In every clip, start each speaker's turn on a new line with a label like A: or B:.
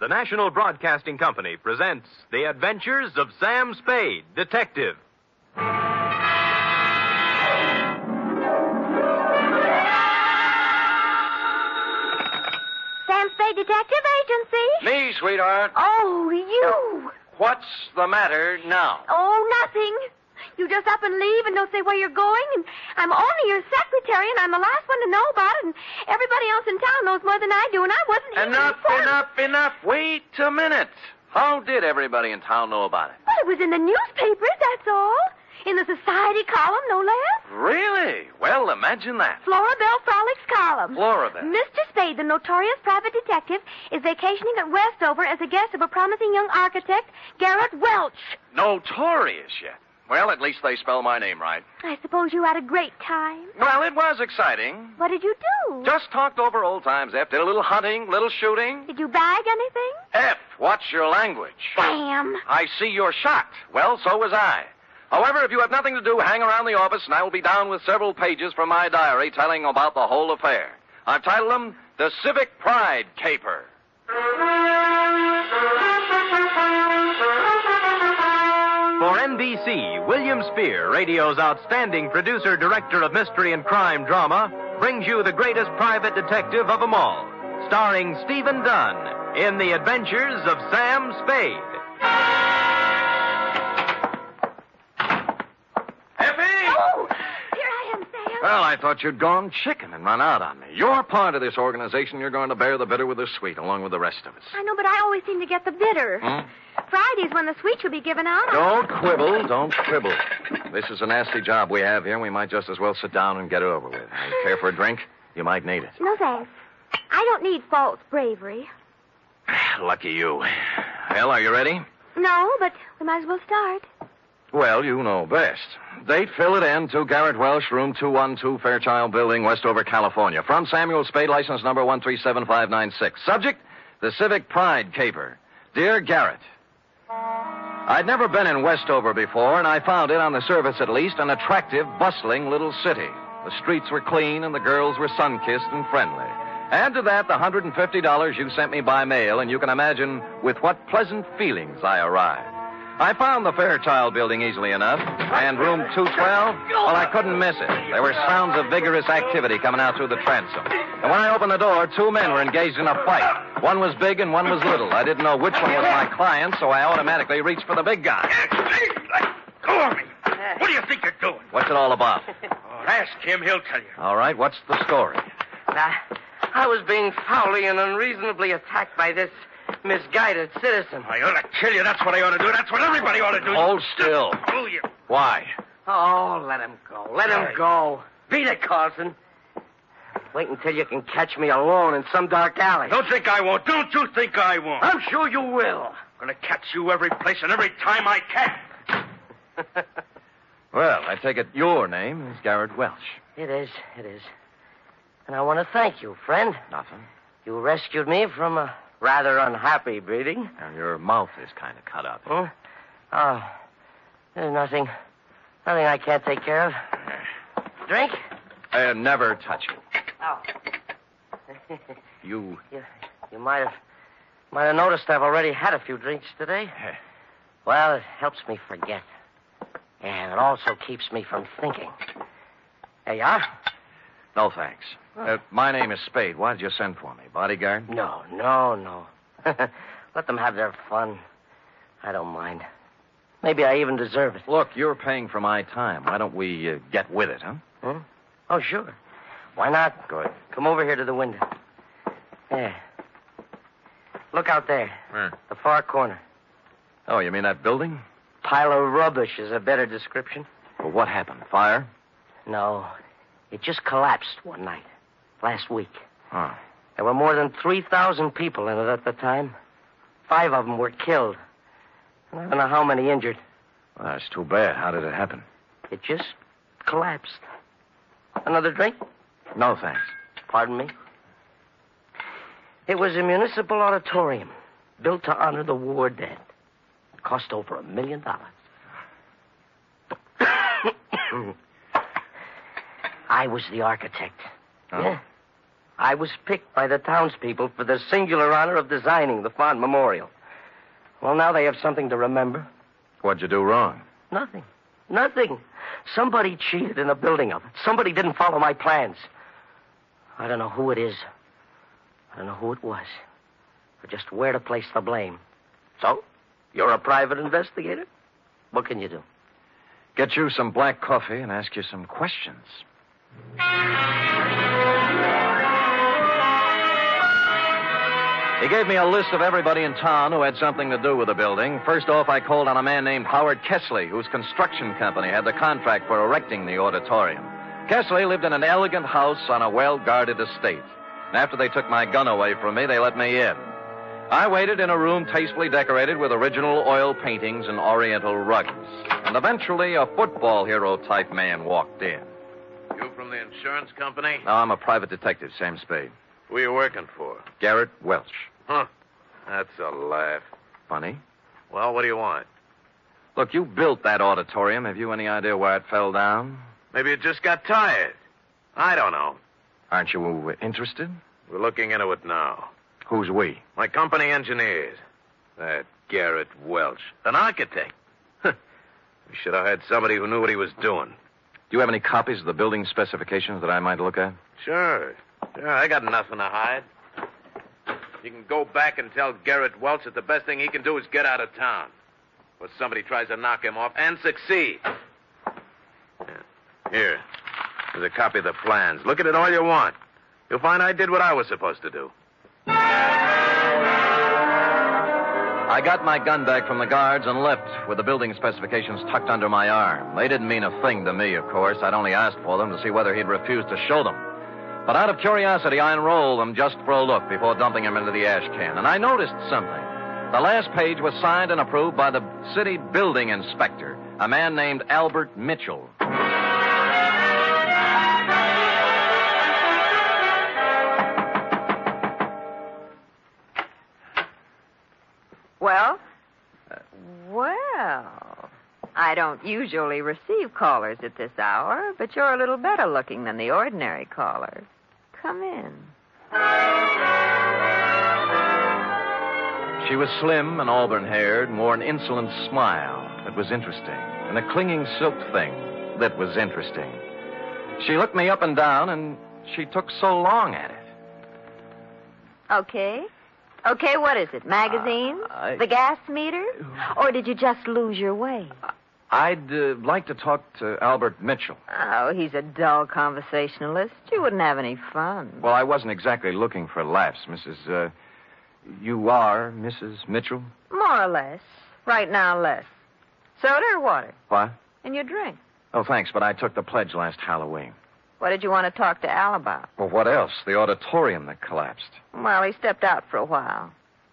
A: The National Broadcasting Company presents The Adventures of Sam Spade, Detective.
B: Sam Spade Detective Agency?
C: Me, sweetheart.
B: Oh, you.
C: What's the matter now?
B: Oh, nothing. You just up and leave and don't say where you're going, and I'm only your secretary, and I'm the last one to know about it, and everybody else in town knows more than I do, and I wasn't even
C: Enough,
B: informed.
C: enough, enough. Wait a minute. How did everybody in town know about it?
B: Well, it was in the newspapers, that's all. In the society column, no less.
C: Really? Well, imagine that.
B: Flora Bell Frolics column.
C: Flora Bell.
B: Mr. Spade, the notorious private detective, is vacationing at Westover as a guest of a promising young architect, Garrett Welch.
C: Notorious yet. Well, at least they spell my name right.
B: I suppose you had a great time.
C: Well, it was exciting.
B: What did you do?
C: Just talked over old times, F. Did a little hunting, little shooting.
B: Did you bag anything?
C: F, what's your language?
B: Sam.
C: I see you're shocked. Well, so was I. However, if you have nothing to do, hang around the office, and I will be down with several pages from my diary telling about the whole affair. I've titled them The Civic Pride Caper.
A: For NBC, William Spear, radio's outstanding producer, director of mystery and crime drama, brings you the greatest private detective of them all, starring Stephen Dunn in The Adventures of Sam Spade.
C: Effie!
B: Oh, here I am, Sam.
C: Well, I thought you'd gone chicken and run out on me. You're part of this organization. You're going to bear the bitter with the sweet, along with the rest of us.
B: I know, but I always seem to get the bitter. Friday's when the sweet will be given out.
C: Don't quibble. Don't quibble. This is a nasty job we have here. We might just as well sit down and get it over with. Care for a drink? You might need it.
B: No thanks. I don't need false bravery.
C: Lucky you. Well, are you ready?
B: No, but we might as well start.
C: Well, you know best. Date, fill it in to Garrett Welsh, room 212, Fairchild Building, Westover, California. From Samuel Spade, license number 137596. Subject, the Civic Pride Caper. Dear Garrett, I'd never been in Westover before, and I found it, on the surface at least, an attractive, bustling little city. The streets were clean, and the girls were sun kissed and friendly. Add to that the $150 you sent me by mail, and you can imagine with what pleasant feelings I arrived. I found the Fairchild building easily enough, and room 212, well, I couldn't miss it. There were sounds of vigorous activity coming out through the transom. And when I opened the door, two men were engaged in a fight. One was big and one was little. I didn't know which one was my client, so I automatically reached for the big guy.
D: Go on me. What do you think you're doing?
C: What's it all about?
D: Oh, ask him. He'll tell you.
C: All right, what's the story?
E: I, I was being foully and unreasonably attacked by this misguided citizen.
D: I ought to kill you. That's what I ought to do. That's what everybody ought to do.
C: Hold still.
D: Oh, you.
C: Why?
E: Oh, let him go. Let him go. Beat it, Carlson. Wait until you can catch me alone in some dark alley.
D: Don't think I won't. Don't you think I won't.
E: I'm sure you will.
D: I'm going to catch you every place and every time I can.
C: Well, I take it your name is Garrett Welsh.
E: It is. It is. And I want to thank you, friend.
C: Nothing.
E: You rescued me from a rather unhappy beating.
C: And your mouth is kind of cut up.
E: Hmm? Oh, there's nothing. Nothing I can't take care of. Drink?
C: I never touch you.
E: Oh.
C: You.
E: You, you might have might have noticed I've already had a few drinks today.
C: Eh.
E: Well, it helps me forget. And it also keeps me from thinking. There you are.
C: No thanks. Uh, my name is Spade. Why did you send for me? Bodyguard?
E: No, no, no. Let them have their fun. I don't mind. Maybe I even deserve it.
C: Look, you're paying for my time. Why don't we uh, get with it, huh?
E: Hmm? Oh, sure. Why not?
C: Good.
E: Come over here to the window. There. Look out there, the far corner.
C: Oh, you mean that building?
E: Pile of rubbish is a better description.
C: Well, what happened? Fire?
E: No. It just collapsed one night. Last week.
C: Oh.
E: There were more than 3,000 people in it at the time. Five of them were killed. And I don't know how many injured.
C: Well, that's too bad. How did it happen?
E: It just collapsed. Another drink?
C: No thanks.
E: Pardon me. It was a municipal auditorium built to honor the war dead. Cost over a million dollars. I was the architect.
C: Oh.
E: Yeah. I was picked by the townspeople for the singular honor of designing the fond memorial. Well, now they have something to remember.
C: What'd you do wrong?
E: Nothing. Nothing. Somebody cheated in the building of it. Somebody didn't follow my plans. I don't know who it is. I don't know who it was. Or just where to place the blame. So, you're a private investigator. What can you do?
C: Get you some black coffee and ask you some questions. He gave me a list of everybody in town who had something to do with the building. First off, I called on a man named Howard Kessley, whose construction company had the contract for erecting the auditorium. Kessley lived in an elegant house on a well guarded estate. And After they took my gun away from me, they let me in. I waited in a room tastefully decorated with original oil paintings and oriental rugs. And eventually, a football hero type man walked in.
D: You from the insurance company?
C: Now, I'm a private detective, Sam Spade.
D: Who you working for?
C: Garrett Welch.
D: Huh. That's a laugh.
C: Funny.
D: Well, what do you want?
C: Look, you built that auditorium. Have you any idea why it fell down?
D: Maybe you just got tired. I don't know.
C: Aren't you uh, interested?
D: We're looking into it now.
C: Who's we?
D: My company engineers. That Garrett Welch. An architect. Huh. we should have had somebody who knew what he was doing.
C: Do you have any copies of the building specifications that I might look at?
D: Sure. Sure, I got nothing to hide. You can go back and tell Garrett Welch that the best thing he can do is get out of town. Or somebody tries to knock him off and succeed. Yeah. Here. There's a copy of the plans. Look at it all you want. You'll find I did what I was supposed to do.
C: I got my gun back from the guards and left with the building specifications tucked under my arm. They didn't mean a thing to me, of course. I'd only asked for them to see whether he'd refuse to show them. But out of curiosity, I unrolled them just for a look before dumping them into the ash can. And I noticed something. The last page was signed and approved by the city building inspector, a man named Albert Mitchell.
F: Well? uh, Well. I don't usually receive callers at this hour, but you're a little better looking than the ordinary caller. Come in.
C: She was slim and auburn haired and wore an insolent smile that was interesting, and a clinging silk thing that was interesting. She looked me up and down, and she took so long at it.
F: Okay. Okay, what is it? Magazine?
C: Uh, I-
F: The gas meter? Or did you just lose your way?
C: I'd uh, like to talk to Albert Mitchell.
F: Oh, he's a dull conversationalist. You wouldn't have any fun.
C: Well, I wasn't exactly looking for laughs, Mrs. Uh, you are Mrs. Mitchell?
F: More or less. Right now, less. Soda or water?
C: What?
F: And your drink.
C: Oh, thanks, but I took the pledge last Halloween.
F: What did you want to talk to Al about?
C: Well, what else? The auditorium that collapsed.
F: Well, he stepped out for a while.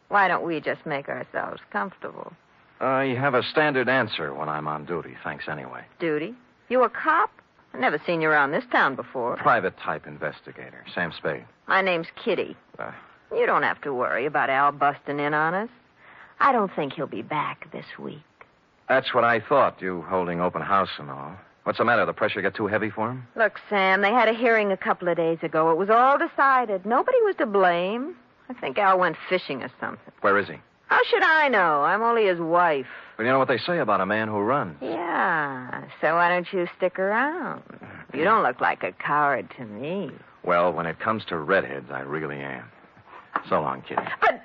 F: Why don't we just make ourselves comfortable?
C: I have a standard answer when I'm on duty. Thanks anyway.
F: Duty? You a cop? I've never seen you around this town before.
C: Private type investigator, Sam Spade.
F: My name's Kitty.
C: Uh.
F: You don't have to worry about Al busting in on us. I don't think he'll be back this week.
C: That's what I thought, you holding open house and all. What's the matter? The pressure get too heavy for him?
F: Look, Sam, they had a hearing a couple of days ago. It was all decided. Nobody was to blame. I think Al went fishing or something.
C: Where is he?
F: How should I know? I'm only his wife.
C: Well, you know what they say about a man who runs.
F: Yeah, so why don't you stick around? You don't look like a coward to me.
C: Well, when it comes to redheads, I really am. So long, Kitty.
F: But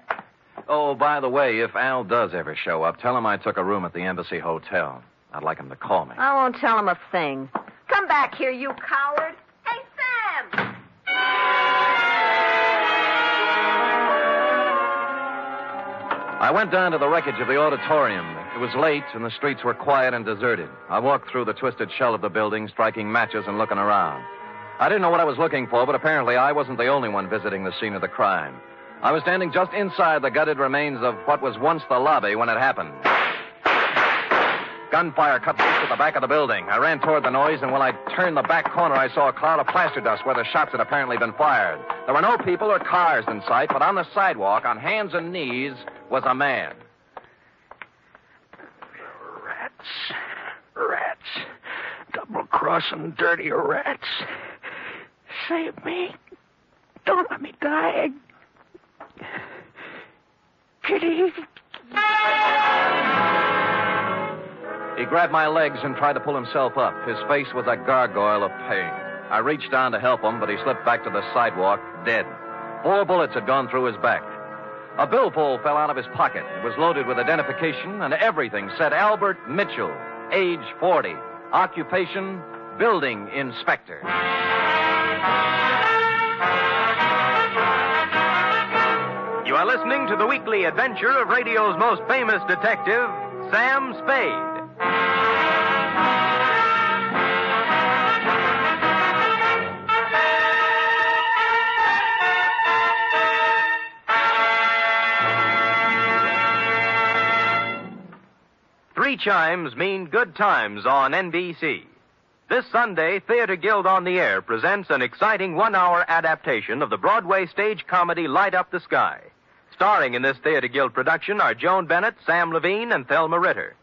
C: Oh, by the way, if Al does ever show up, tell him I took a room at the Embassy Hotel. I'd like him to call me.
F: I won't tell him a thing. Come back here, you coward. Hey, Sam!
C: I went down to the wreckage of the auditorium. It was late, and the streets were quiet and deserted. I walked through the twisted shell of the building, striking matches and looking around. I didn't know what I was looking for, but apparently I wasn't the only one visiting the scene of the crime. I was standing just inside the gutted remains of what was once the lobby when it happened. Gunfire cut loose at the back of the building. I ran toward the noise, and when I turned the back corner, I saw a cloud of plaster dust where the shots had apparently been fired. There were no people or cars in sight, but on the sidewalk, on hands and knees, was a man.
D: Rats. Rats. Double crossing dirty rats. Save me.
G: Don't let me die. Kitty.
C: He grabbed my legs and tried to pull himself up. His face was a gargoyle of pain. I reached down to help him, but he slipped back to the sidewalk, dead. Four bullets had gone through his back. A billfold fell out of his pocket. It was loaded with identification, and everything said Albert Mitchell, age 40, occupation, building inspector.
A: You are listening to the weekly adventure of radio's most famous detective, Sam Spade. Three chimes mean good times on NBC. This Sunday, Theater Guild on the Air presents an exciting one hour adaptation of the Broadway stage comedy Light Up the Sky. Starring in this Theater Guild production are Joan Bennett, Sam Levine, and Thelma Ritter.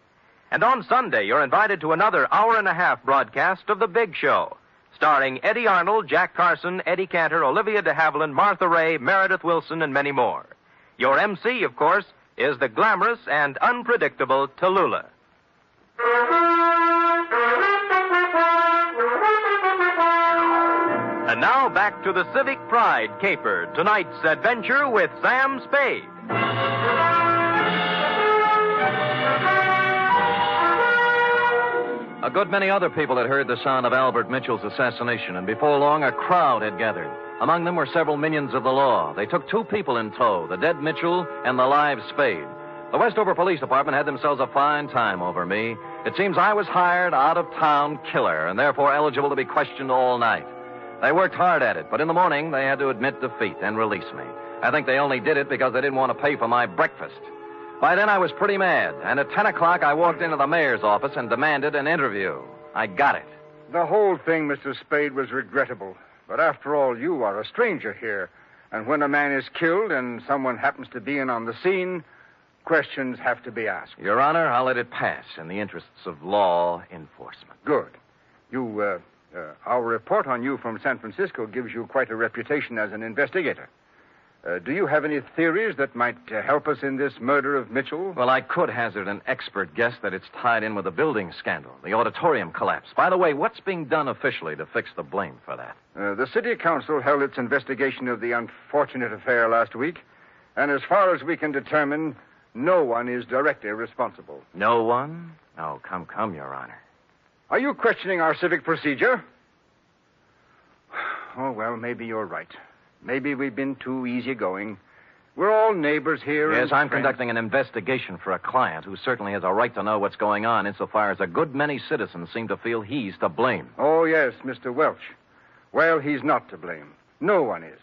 A: And on Sunday, you're invited to another hour and a half broadcast of The Big Show, starring Eddie Arnold, Jack Carson, Eddie Cantor, Olivia de Havilland, Martha Ray, Meredith Wilson, and many more. Your MC, of course, is the glamorous and unpredictable Tallulah. And now back to the Civic Pride caper, tonight's adventure with Sam Spade.
C: A good many other people had heard the sound of Albert Mitchell's assassination, and before long, a crowd had gathered. Among them were several minions of the law. They took two people in tow the dead Mitchell and the live Spade. The Westover Police Department had themselves a fine time over me. It seems I was hired out of town killer and therefore eligible to be questioned all night. They worked hard at it, but in the morning they had to admit defeat and release me. I think they only did it because they didn't want to pay for my breakfast. By then I was pretty mad, and at 10 o'clock I walked into the mayor's office and demanded an interview. I got it.
H: The whole thing, Mr. Spade, was regrettable. But after all, you are a stranger here. And when a man is killed and someone happens to be in on the scene, questions have to be asked.
C: Your Honor, I'll let it pass in the interests of law enforcement.
H: Good. You, uh, uh, our report on you from San Francisco gives you quite a reputation as an investigator. Uh, do you have any theories that might uh, help us in this murder of Mitchell?
C: Well, I could hazard an expert guess that it's tied in with the building scandal, the auditorium collapse. By the way, what's being done officially to fix the blame for that?
H: Uh, the city council held its investigation of the unfortunate affair last week, and as far as we can determine, no one is directly responsible.
C: No one? Oh, come, come, Your Honor.
H: Are you questioning our civic procedure? Oh, well, maybe you're right. Maybe we've been too easygoing. We're all neighbors here.
C: Yes,
H: and
C: I'm
H: friends.
C: conducting an investigation for a client who certainly has a right to know what's going on insofar as a good many citizens seem to feel he's to blame.
H: Oh, yes, Mr. Welch. Well, he's not to blame. No one is.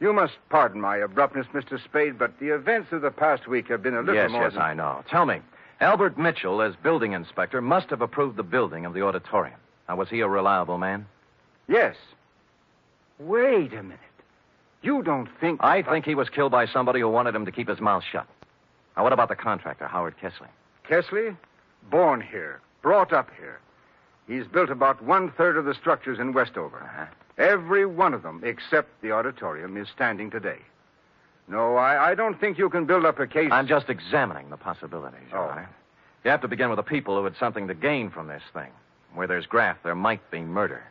H: You must pardon my abruptness, Mr. Spade, but the events of the past week have been a little
C: yes,
H: more.
C: yes,
H: than-
C: I know. Tell me, Albert Mitchell, as building inspector, must have approved the building of the auditorium. Now, was he a reliable man?
H: Yes. Wait a minute. You don't think.
C: I think he was killed by somebody who wanted him to keep his mouth shut. Now, what about the contractor, Howard Kessley?
H: Kesley, born here, brought up here. He's built about one third of the structures in Westover.
C: Uh-huh.
H: Every one of them, except the auditorium, is standing today. No, I, I don't think you can build up a case.
C: I'm just examining the possibilities, Your
H: Oh.
C: Honor. You have to begin with the people who had something to gain from this thing. Where there's graft, there might be murder.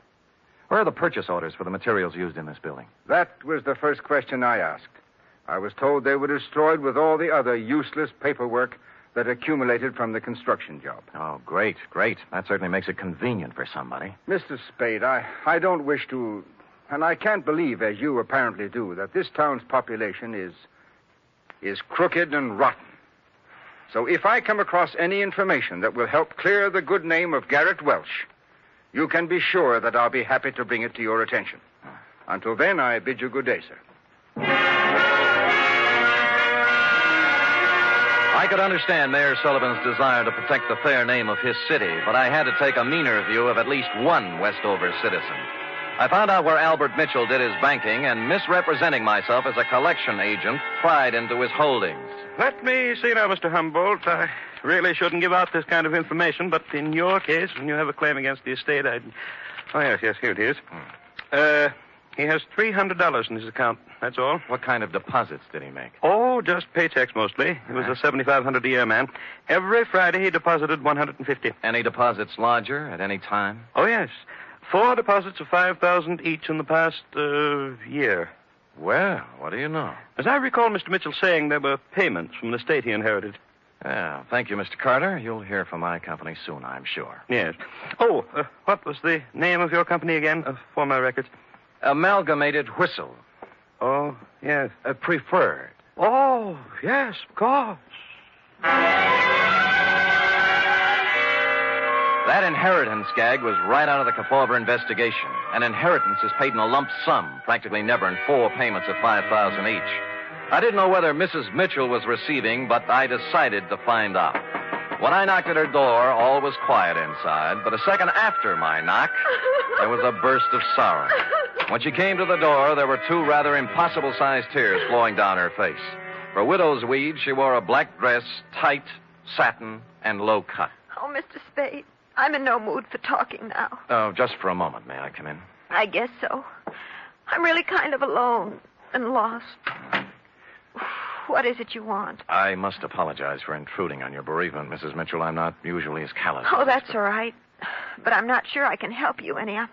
C: Where are the purchase orders for the materials used in this building?
H: That was the first question I asked. I was told they were destroyed with all the other useless paperwork that accumulated from the construction job.
C: Oh, great, great. That certainly makes it convenient for somebody.
H: Mr. Spade, I, I don't wish to. And I can't believe, as you apparently do, that this town's population is. is crooked and rotten. So if I come across any information that will help clear the good name of Garrett Welch, you can be sure that I'll be happy to bring it to your attention. Until then, I bid you good day, sir.
C: I could understand Mayor Sullivan's desire to protect the fair name of his city, but I had to take a meaner view of at least one Westover citizen. I found out where Albert Mitchell did his banking, and misrepresenting myself as a collection agent pried into his holdings.
G: Let me see now, Mr. Humboldt. I really shouldn't give out this kind of information, but in your case, when you have a claim against the estate, I'd. Oh, yes, yes, here it is. Uh, He has $300 in his account. That's all.
C: What kind of deposits did he make?
G: Oh, just paychecks mostly. He was a 7500 a year man. Every Friday he deposited 150.
C: Any deposits larger at any time?
G: Oh, yes. Four deposits of 5000 each in the past uh, year.
C: Well, what do you know?
G: As I recall Mr. Mitchell saying, there were payments from the estate he inherited.
C: Yeah, thank you, Mr. Carter. You'll hear from my company soon, I'm sure.
G: Yes. Oh, uh, what was the name of your company again uh, for my records?
C: Amalgamated Whistle,
G: Oh, yes.
C: uh, preferred.
G: Oh, yes, of course.
C: That inheritance gag was right out of the Kefauver investigation. An inheritance is paid in a lump sum, practically never in four payments of 5000 each. I didn't know whether Mrs. Mitchell was receiving, but I decided to find out. When I knocked at her door, all was quiet inside, but a second after my knock, there was a burst of sorrow. When she came to the door, there were two rather impossible sized tears flowing down her face. For widow's weed, she wore a black dress, tight, satin, and low cut.
F: Oh, Mr. Spade, I'm in no mood for talking now.
C: Oh, just for a moment, may I come in?
F: I guess so. I'm really kind of alone and lost. What is it you want?
C: I must apologize for intruding on your bereavement, Mrs. Mitchell. I'm not usually as callous.
F: Oh, that's all right. But I'm not sure I can help you any. I'm,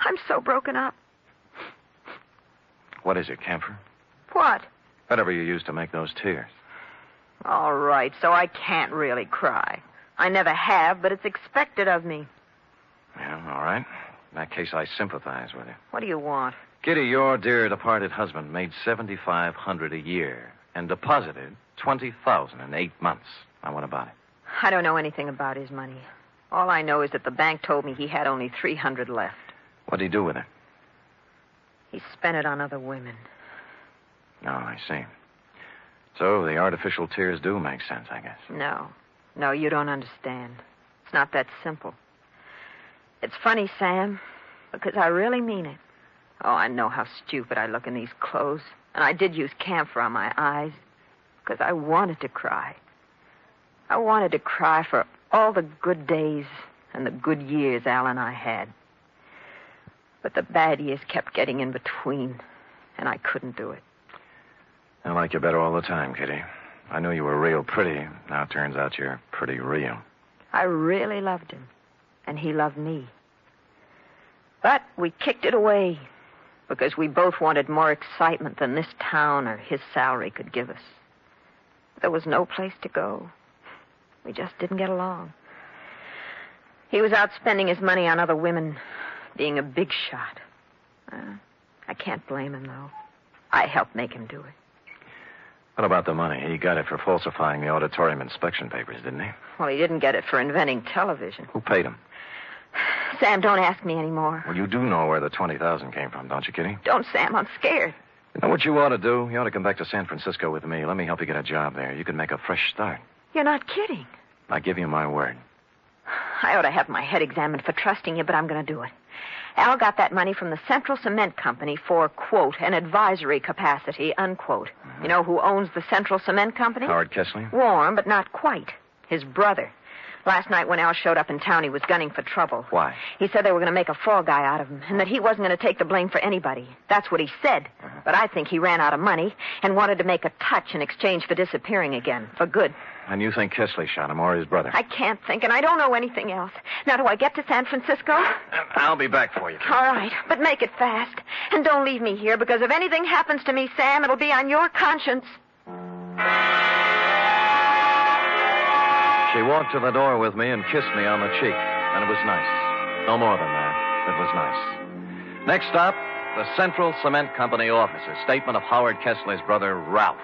F: I'm so broken up.
C: What is it, camphor?
F: What?
C: Whatever you used to make those tears.
F: All right, so I can't really cry. I never have, but it's expected of me.
C: Yeah, all right. In that case, I sympathize with you.
F: What do you want?
C: Kitty, your dear departed husband made seventy-five hundred a year and deposited twenty thousand in eight months. Now, what about it?
F: I don't know anything about his money. All I know is that the bank told me he had only 300 left.
C: What did he do with it?
F: He spent it on other women.
C: Oh, I see. So the artificial tears do make sense, I guess.
F: No. No, you don't understand. It's not that simple. It's funny, Sam, because I really mean it. Oh, I know how stupid I look in these clothes. And I did use camphor on my eyes because I wanted to cry. I wanted to cry for all the good days and the good years Al and I had. But the bad years kept getting in between, and I couldn't do it.
C: I like you better all the time, Kitty. I knew you were real pretty. Now it turns out you're pretty real.
F: I really loved him, and he loved me. But we kicked it away because we both wanted more excitement than this town or his salary could give us. There was no place to go. We just didn't get along. He was out spending his money on other women, being a big shot. Uh, I can't blame him, though. I helped make him do it.
C: What about the money? He got it for falsifying the auditorium inspection papers, didn't he?
F: Well, he didn't get it for inventing television.
C: Who paid him?
F: Sam, don't ask me any more.
C: Well, you do know where the 20000 came from, don't you, Kitty?
F: Don't, Sam. I'm scared.
C: You know what you ought to do? You ought to come back to San Francisco with me. Let me help you get a job there. You can make a fresh start.
F: You're not kidding.
C: I give you my word.
F: I ought to have my head examined for trusting you, but I'm going to do it. Al got that money from the Central Cement Company for, quote, an advisory capacity, unquote. You know who owns the Central Cement Company?
C: Howard Kessling?
F: Warm, but not quite. His brother. Last night when Al showed up in town, he was gunning for trouble.
C: Why?
F: He said they were going to make a fall guy out of him and that he wasn't going to take the blame for anybody. That's what he said.
C: Uh-huh.
F: But I think he ran out of money and wanted to make a touch in exchange for disappearing again, for good.
C: And you think Kessling shot him or his brother?
F: I can't think, and I don't know anything else. Now, do I get to San Francisco? All
C: Uh, I'll be back for you.
F: right, but make it fast. And don't leave me here, because if anything happens to me, Sam, it'll be on your conscience.
C: She walked to the door with me and kissed me on the cheek, and it was nice. No more than that. It was nice. Next stop, the Central Cement Company offices. Statement of Howard Kessler's brother, Ralph.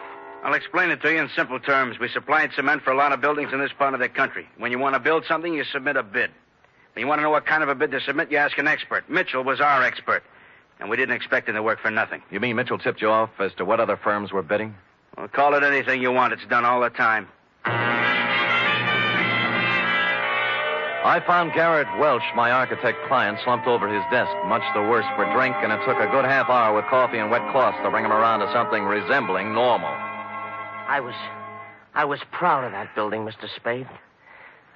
D: I'll explain it to you in simple terms. We supplied cement for a lot of buildings in this part of the country. When you want to build something, you submit a bid. When you want to know what kind of a bid to submit, you ask an expert. Mitchell was our expert, and we didn't expect him to work for nothing.
C: You mean Mitchell tipped you off as to what other firms were bidding?
D: Well, call it anything you want. It's done all the time.
C: I found Garrett Welch, my architect client, slumped over his desk, much the worse for drink, and it took a good half hour with coffee and wet cloths to bring him around to something resembling normal.
E: I was, I was proud of that building, Mr. Spade.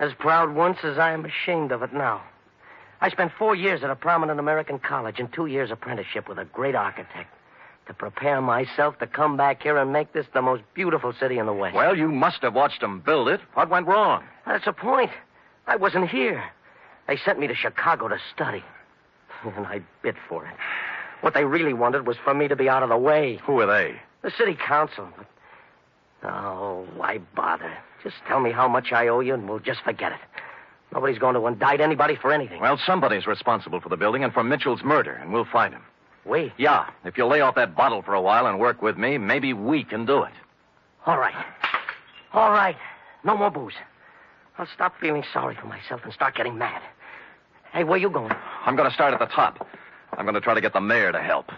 E: As proud once as I am ashamed of it now. I spent four years at a prominent American college and two years' apprenticeship with a great architect to prepare myself to come back here and make this the most beautiful city in the West.
C: Well, you must have watched them build it. What went wrong?
E: That's the point. I wasn't here. They sent me to Chicago to study. And I bid for it. What they really wanted was for me to be out of the way.
C: Who are they?
E: The city council. But... Oh, why bother? Just tell me how much I owe you and we'll just forget it. Nobody's going to indict anybody for anything.
C: Well, somebody's responsible for the building and for Mitchell's murder, and we'll find him.
E: Wait.
C: Yeah, if you'll lay off that bottle for a while and work with me, maybe we can do it.
E: All right. All right. No more booze. I'll stop feeling sorry for myself and start getting mad. Hey, where you going?
C: I'm going to start at the top. I'm going to try to get the mayor to help.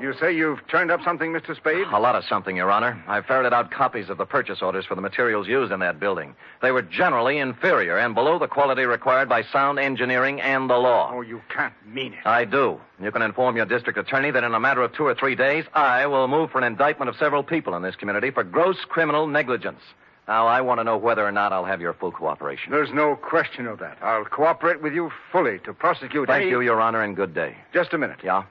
H: You say you've turned up something, Mr. Spade?
C: A lot of something, Your Honor. I ferreted out copies of the purchase orders for the materials used in that building. They were generally inferior and below the quality required by sound engineering and the law.
H: Oh, you can't mean it.
C: I do. You can inform your district attorney that in a matter of two or three days, I will move for an indictment of several people in this community for gross criminal negligence. Now, I want to know whether or not I'll have your full cooperation.
H: There's no question of that. I'll cooperate with you fully to prosecute
C: Thank
H: any-
C: you, Your Honor, and good day.
H: Just a minute.
C: Yeah?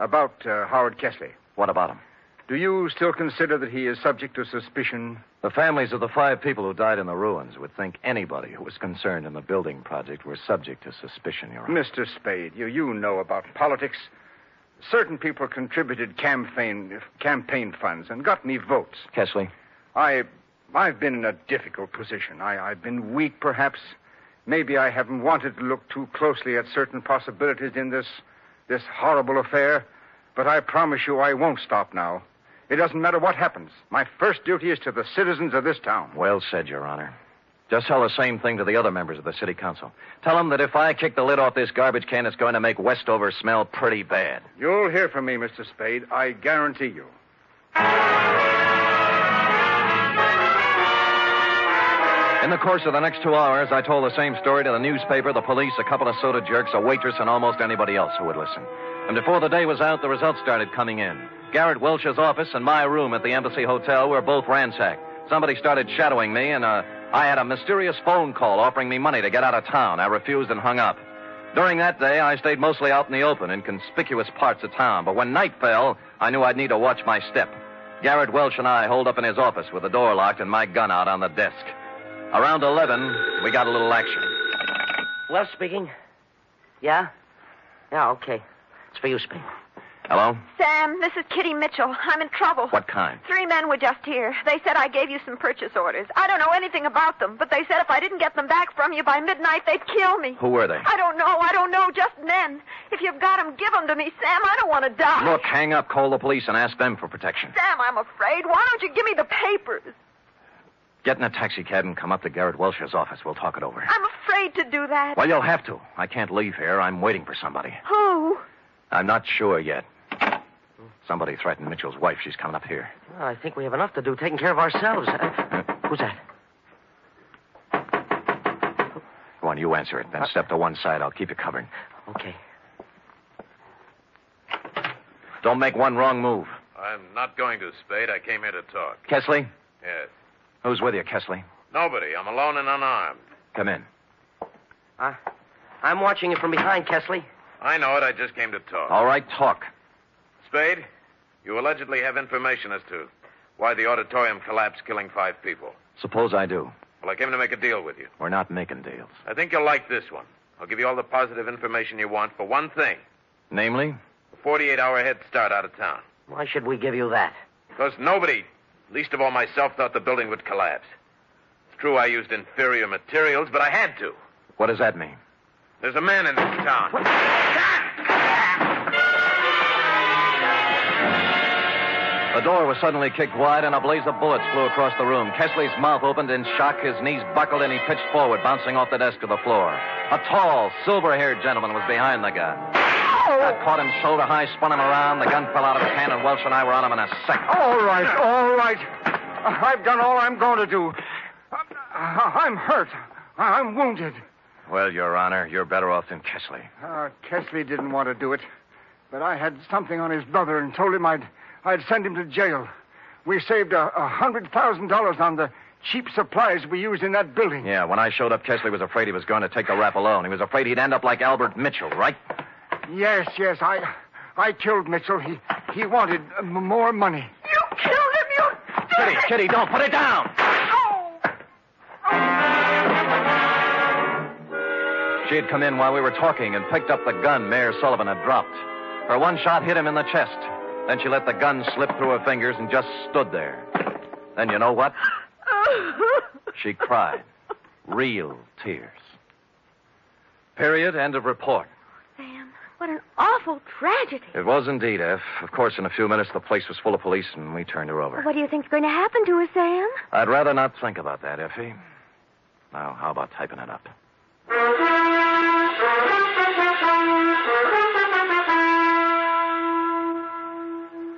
H: About uh, Howard Kessley.
C: What about him?
H: Do you still consider that he is subject to suspicion?
C: The families of the five people who died in the ruins would think anybody who was concerned in the building project were subject to suspicion, Your Honor.
H: Mr. Spade, you, you know about politics. Certain people contributed campaign, campaign funds and got me votes.
C: Kessley,
H: I, I've been in a difficult position. I, I've been weak, perhaps. Maybe I haven't wanted to look too closely at certain possibilities in this, this horrible affair. But I promise you, I won't stop now. It doesn't matter what happens. My first duty is to the citizens of this town.
C: well said, Your Honor. Just tell the same thing to the other members of the city council. Tell them that if I kick the lid off this garbage can, it's going to make Westover smell pretty bad.
H: You'll hear from me, Mr. Spade. I guarantee you.
C: In the course of the next two hours, I told the same story to the newspaper, the police, a couple of soda jerks, a waitress, and almost anybody else who would listen. And before the day was out, the results started coming in. Garrett Welch's office and my room at the Embassy Hotel were both ransacked. Somebody started shadowing me, and uh, I had a mysterious phone call offering me money to get out of town. I refused and hung up. During that day, I stayed mostly out in the open in conspicuous parts of town, but when night fell, I knew I'd need to watch my step. Garrett Welch and I holed up in his office with the door locked and my gun out on the desk. Around 11, we got a little action.
E: Well, speaking. Yeah? Yeah, okay. It's for you, Spade.
C: Hello?
B: Sam, this is Kitty Mitchell. I'm in trouble.
C: What kind?
B: Three men were just here. They said I gave you some purchase orders. I don't know anything about them, but they said if I didn't get them back from you by midnight, they'd kill me.
C: Who were they?
B: I don't know. I don't know. Just men. If you've got them, give them to me, Sam. I don't want to die.
C: Look, hang up, call the police, and ask them for protection.
B: Sam, I'm afraid. Why don't you give me the papers?
C: Get in a taxi cab and come up to Garrett Welsh's office. We'll talk it over.
B: I'm afraid to do that.
C: Well, you'll have to. I can't leave here. I'm waiting for somebody.
B: Who?
C: I'm not sure yet. Somebody threatened Mitchell's wife. She's coming up here.
E: Well, I think we have enough to do taking care of ourselves. Uh, who's that?
C: Go on, you answer it. Then step to one side. I'll keep you covered.
E: Okay.
C: Don't make one wrong move.
I: I'm not going to, Spade. I came here to talk.
C: Kessley?
I: Yes.
C: Who's with you, Kessley?
I: Nobody. I'm alone and unarmed.
C: Come in.
E: I, Uh, I'm watching you from behind, Kessley.
I: I know it. I just came to talk.
A: Oh.
C: All right, talk.
I: Spade, you allegedly have information as to why the auditorium collapsed, killing five people.
C: Suppose I do.
I: Well, I came to make a deal with you.
C: We're not making deals.
I: I think you'll like this one. I'll give you all the positive information you want for one thing
C: Namely?
I: a 48 hour head start out of town.
E: Why should we give you that?
I: Because nobody, least of all myself, thought the building would collapse. It's true I used inferior materials, but I had to.
C: What does that mean?
I: There's a man in this town.
C: The door was suddenly kicked wide, and a blaze of bullets flew across the room. Kessley's mouth opened in shock, his knees buckled, and he pitched forward, bouncing off the desk to the floor. A tall, silver haired gentleman was behind the gun. That caught him shoulder high, spun him around. The gun fell out of his hand, and Welsh and I were on him in a second.
H: All right, all right. I've done all I'm going to do. I'm hurt. I'm wounded.
C: Well, Your Honor, you're better off than Kessley.
H: Uh, Kessley didn't want to do it, but I had something on his brother and told him I'd, I'd send him to jail. We saved a, a hundred thousand dollars on the cheap supplies we used in that building.
C: Yeah, when I showed up, Kessler was afraid he was going to take the rap alone. He was afraid he'd end up like Albert Mitchell, right?
H: Yes, yes, I, I killed Mitchell. He, he wanted uh, m- more money.
B: You killed him, you
C: Kitty, Kitty, don't put it down! She had come in while we were talking and picked up the gun Mayor Sullivan had dropped. Her one shot hit him in the chest. Then she let the gun slip through her fingers and just stood there. Then you know what? She cried. Real tears. Period. End of report.
B: Sam, what an awful tragedy.
C: It was indeed, F. Of course, in a few minutes, the place was full of police and we turned her over.
B: What do you think's going to happen to her, Sam?
C: I'd rather not think about that, Effie. Now, how about typing it up?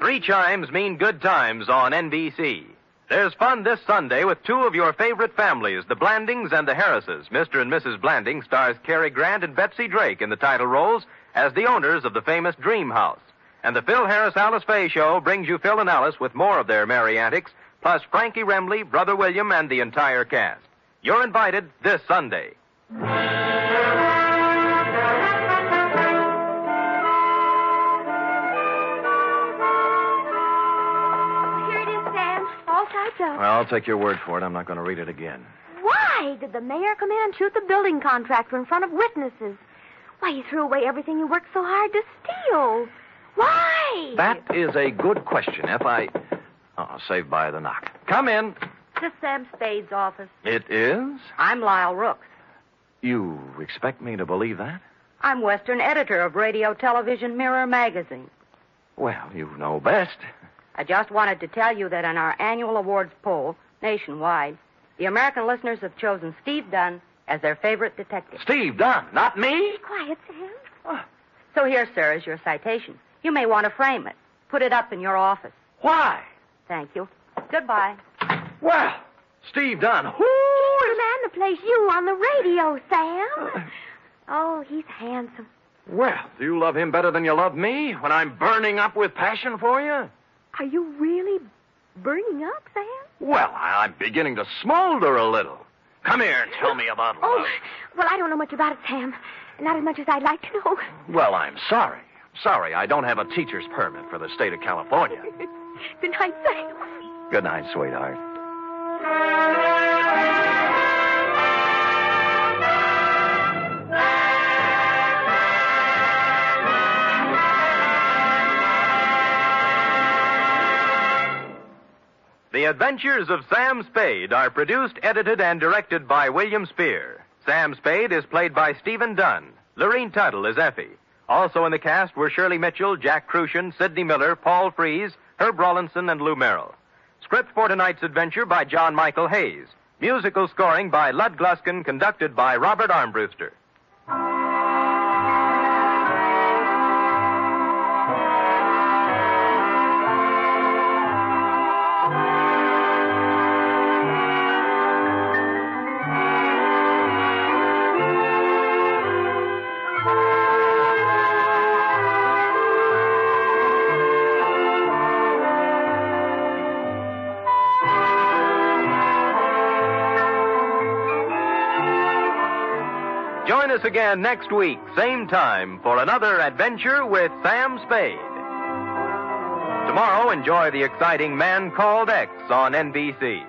A: Three chimes mean good times on NBC. There's fun this Sunday with two of your favorite families, the Blandings and the Harrises. Mr. and Mrs. Blanding stars Cary Grant and Betsy Drake in the title roles as the owners of the famous Dream House. And the Phil Harris Alice Faye Show brings you Phil and Alice with more of their merry antics, plus Frankie Remley, Brother William, and the entire cast. You're invited this Sunday.
B: Here it is, Sam. All typed up.
C: Well, I'll take your word for it. I'm not going to read it again.
B: Why did the mayor come in and shoot the building contractor in front of witnesses? Why, you threw away everything you worked so hard to steal. Why?
C: That is a good question, F. I. Oh, saved by the knock. Come in.
J: This is Sam Spade's office.
C: It is?
J: I'm Lyle Rooks.
C: You expect me to believe that?
J: I'm Western editor of Radio Television Mirror Magazine.
C: Well, you know best.
J: I just wanted to tell you that in our annual awards poll, nationwide, the American listeners have chosen Steve Dunn as their favorite detective.
C: Steve Dunn, not me?
B: Quiet, Sam.
J: So here, sir, is your citation. You may want to frame it. Put it up in your office.
C: Why?
J: Thank you. Goodbye.
C: Well, Steve Dunn. Who?
B: He's the man that plays you on the radio, Sam. Oh, he's handsome.
C: Well, do you love him better than you love me when I'm burning up with passion for you?
B: Are you really burning up, Sam?
C: Well, I- I'm beginning to smolder a little. Come here and tell me about
B: Oh,
C: love.
B: well, I don't know much about it, Sam. Not as much as I'd like to know.
C: Well, I'm sorry. Sorry, I don't have a teacher's permit for the state of California.
B: Good night, Sam.
C: Good night, sweetheart.
A: The Adventures of Sam Spade are produced, edited, and directed by William Spear. Sam Spade is played by Stephen Dunn. Lorene Tuttle is Effie. Also in the cast were Shirley Mitchell, Jack Crucian, Sidney Miller, Paul Fries, Herb Rollinson, and Lou Merrill. Script for tonight's adventure by John Michael Hayes. Musical scoring by Lud Gluskin, conducted by Robert Armbruster. Join us again next week, same time, for another adventure with Sam Spade. Tomorrow, enjoy the exciting Man Called X on NBC.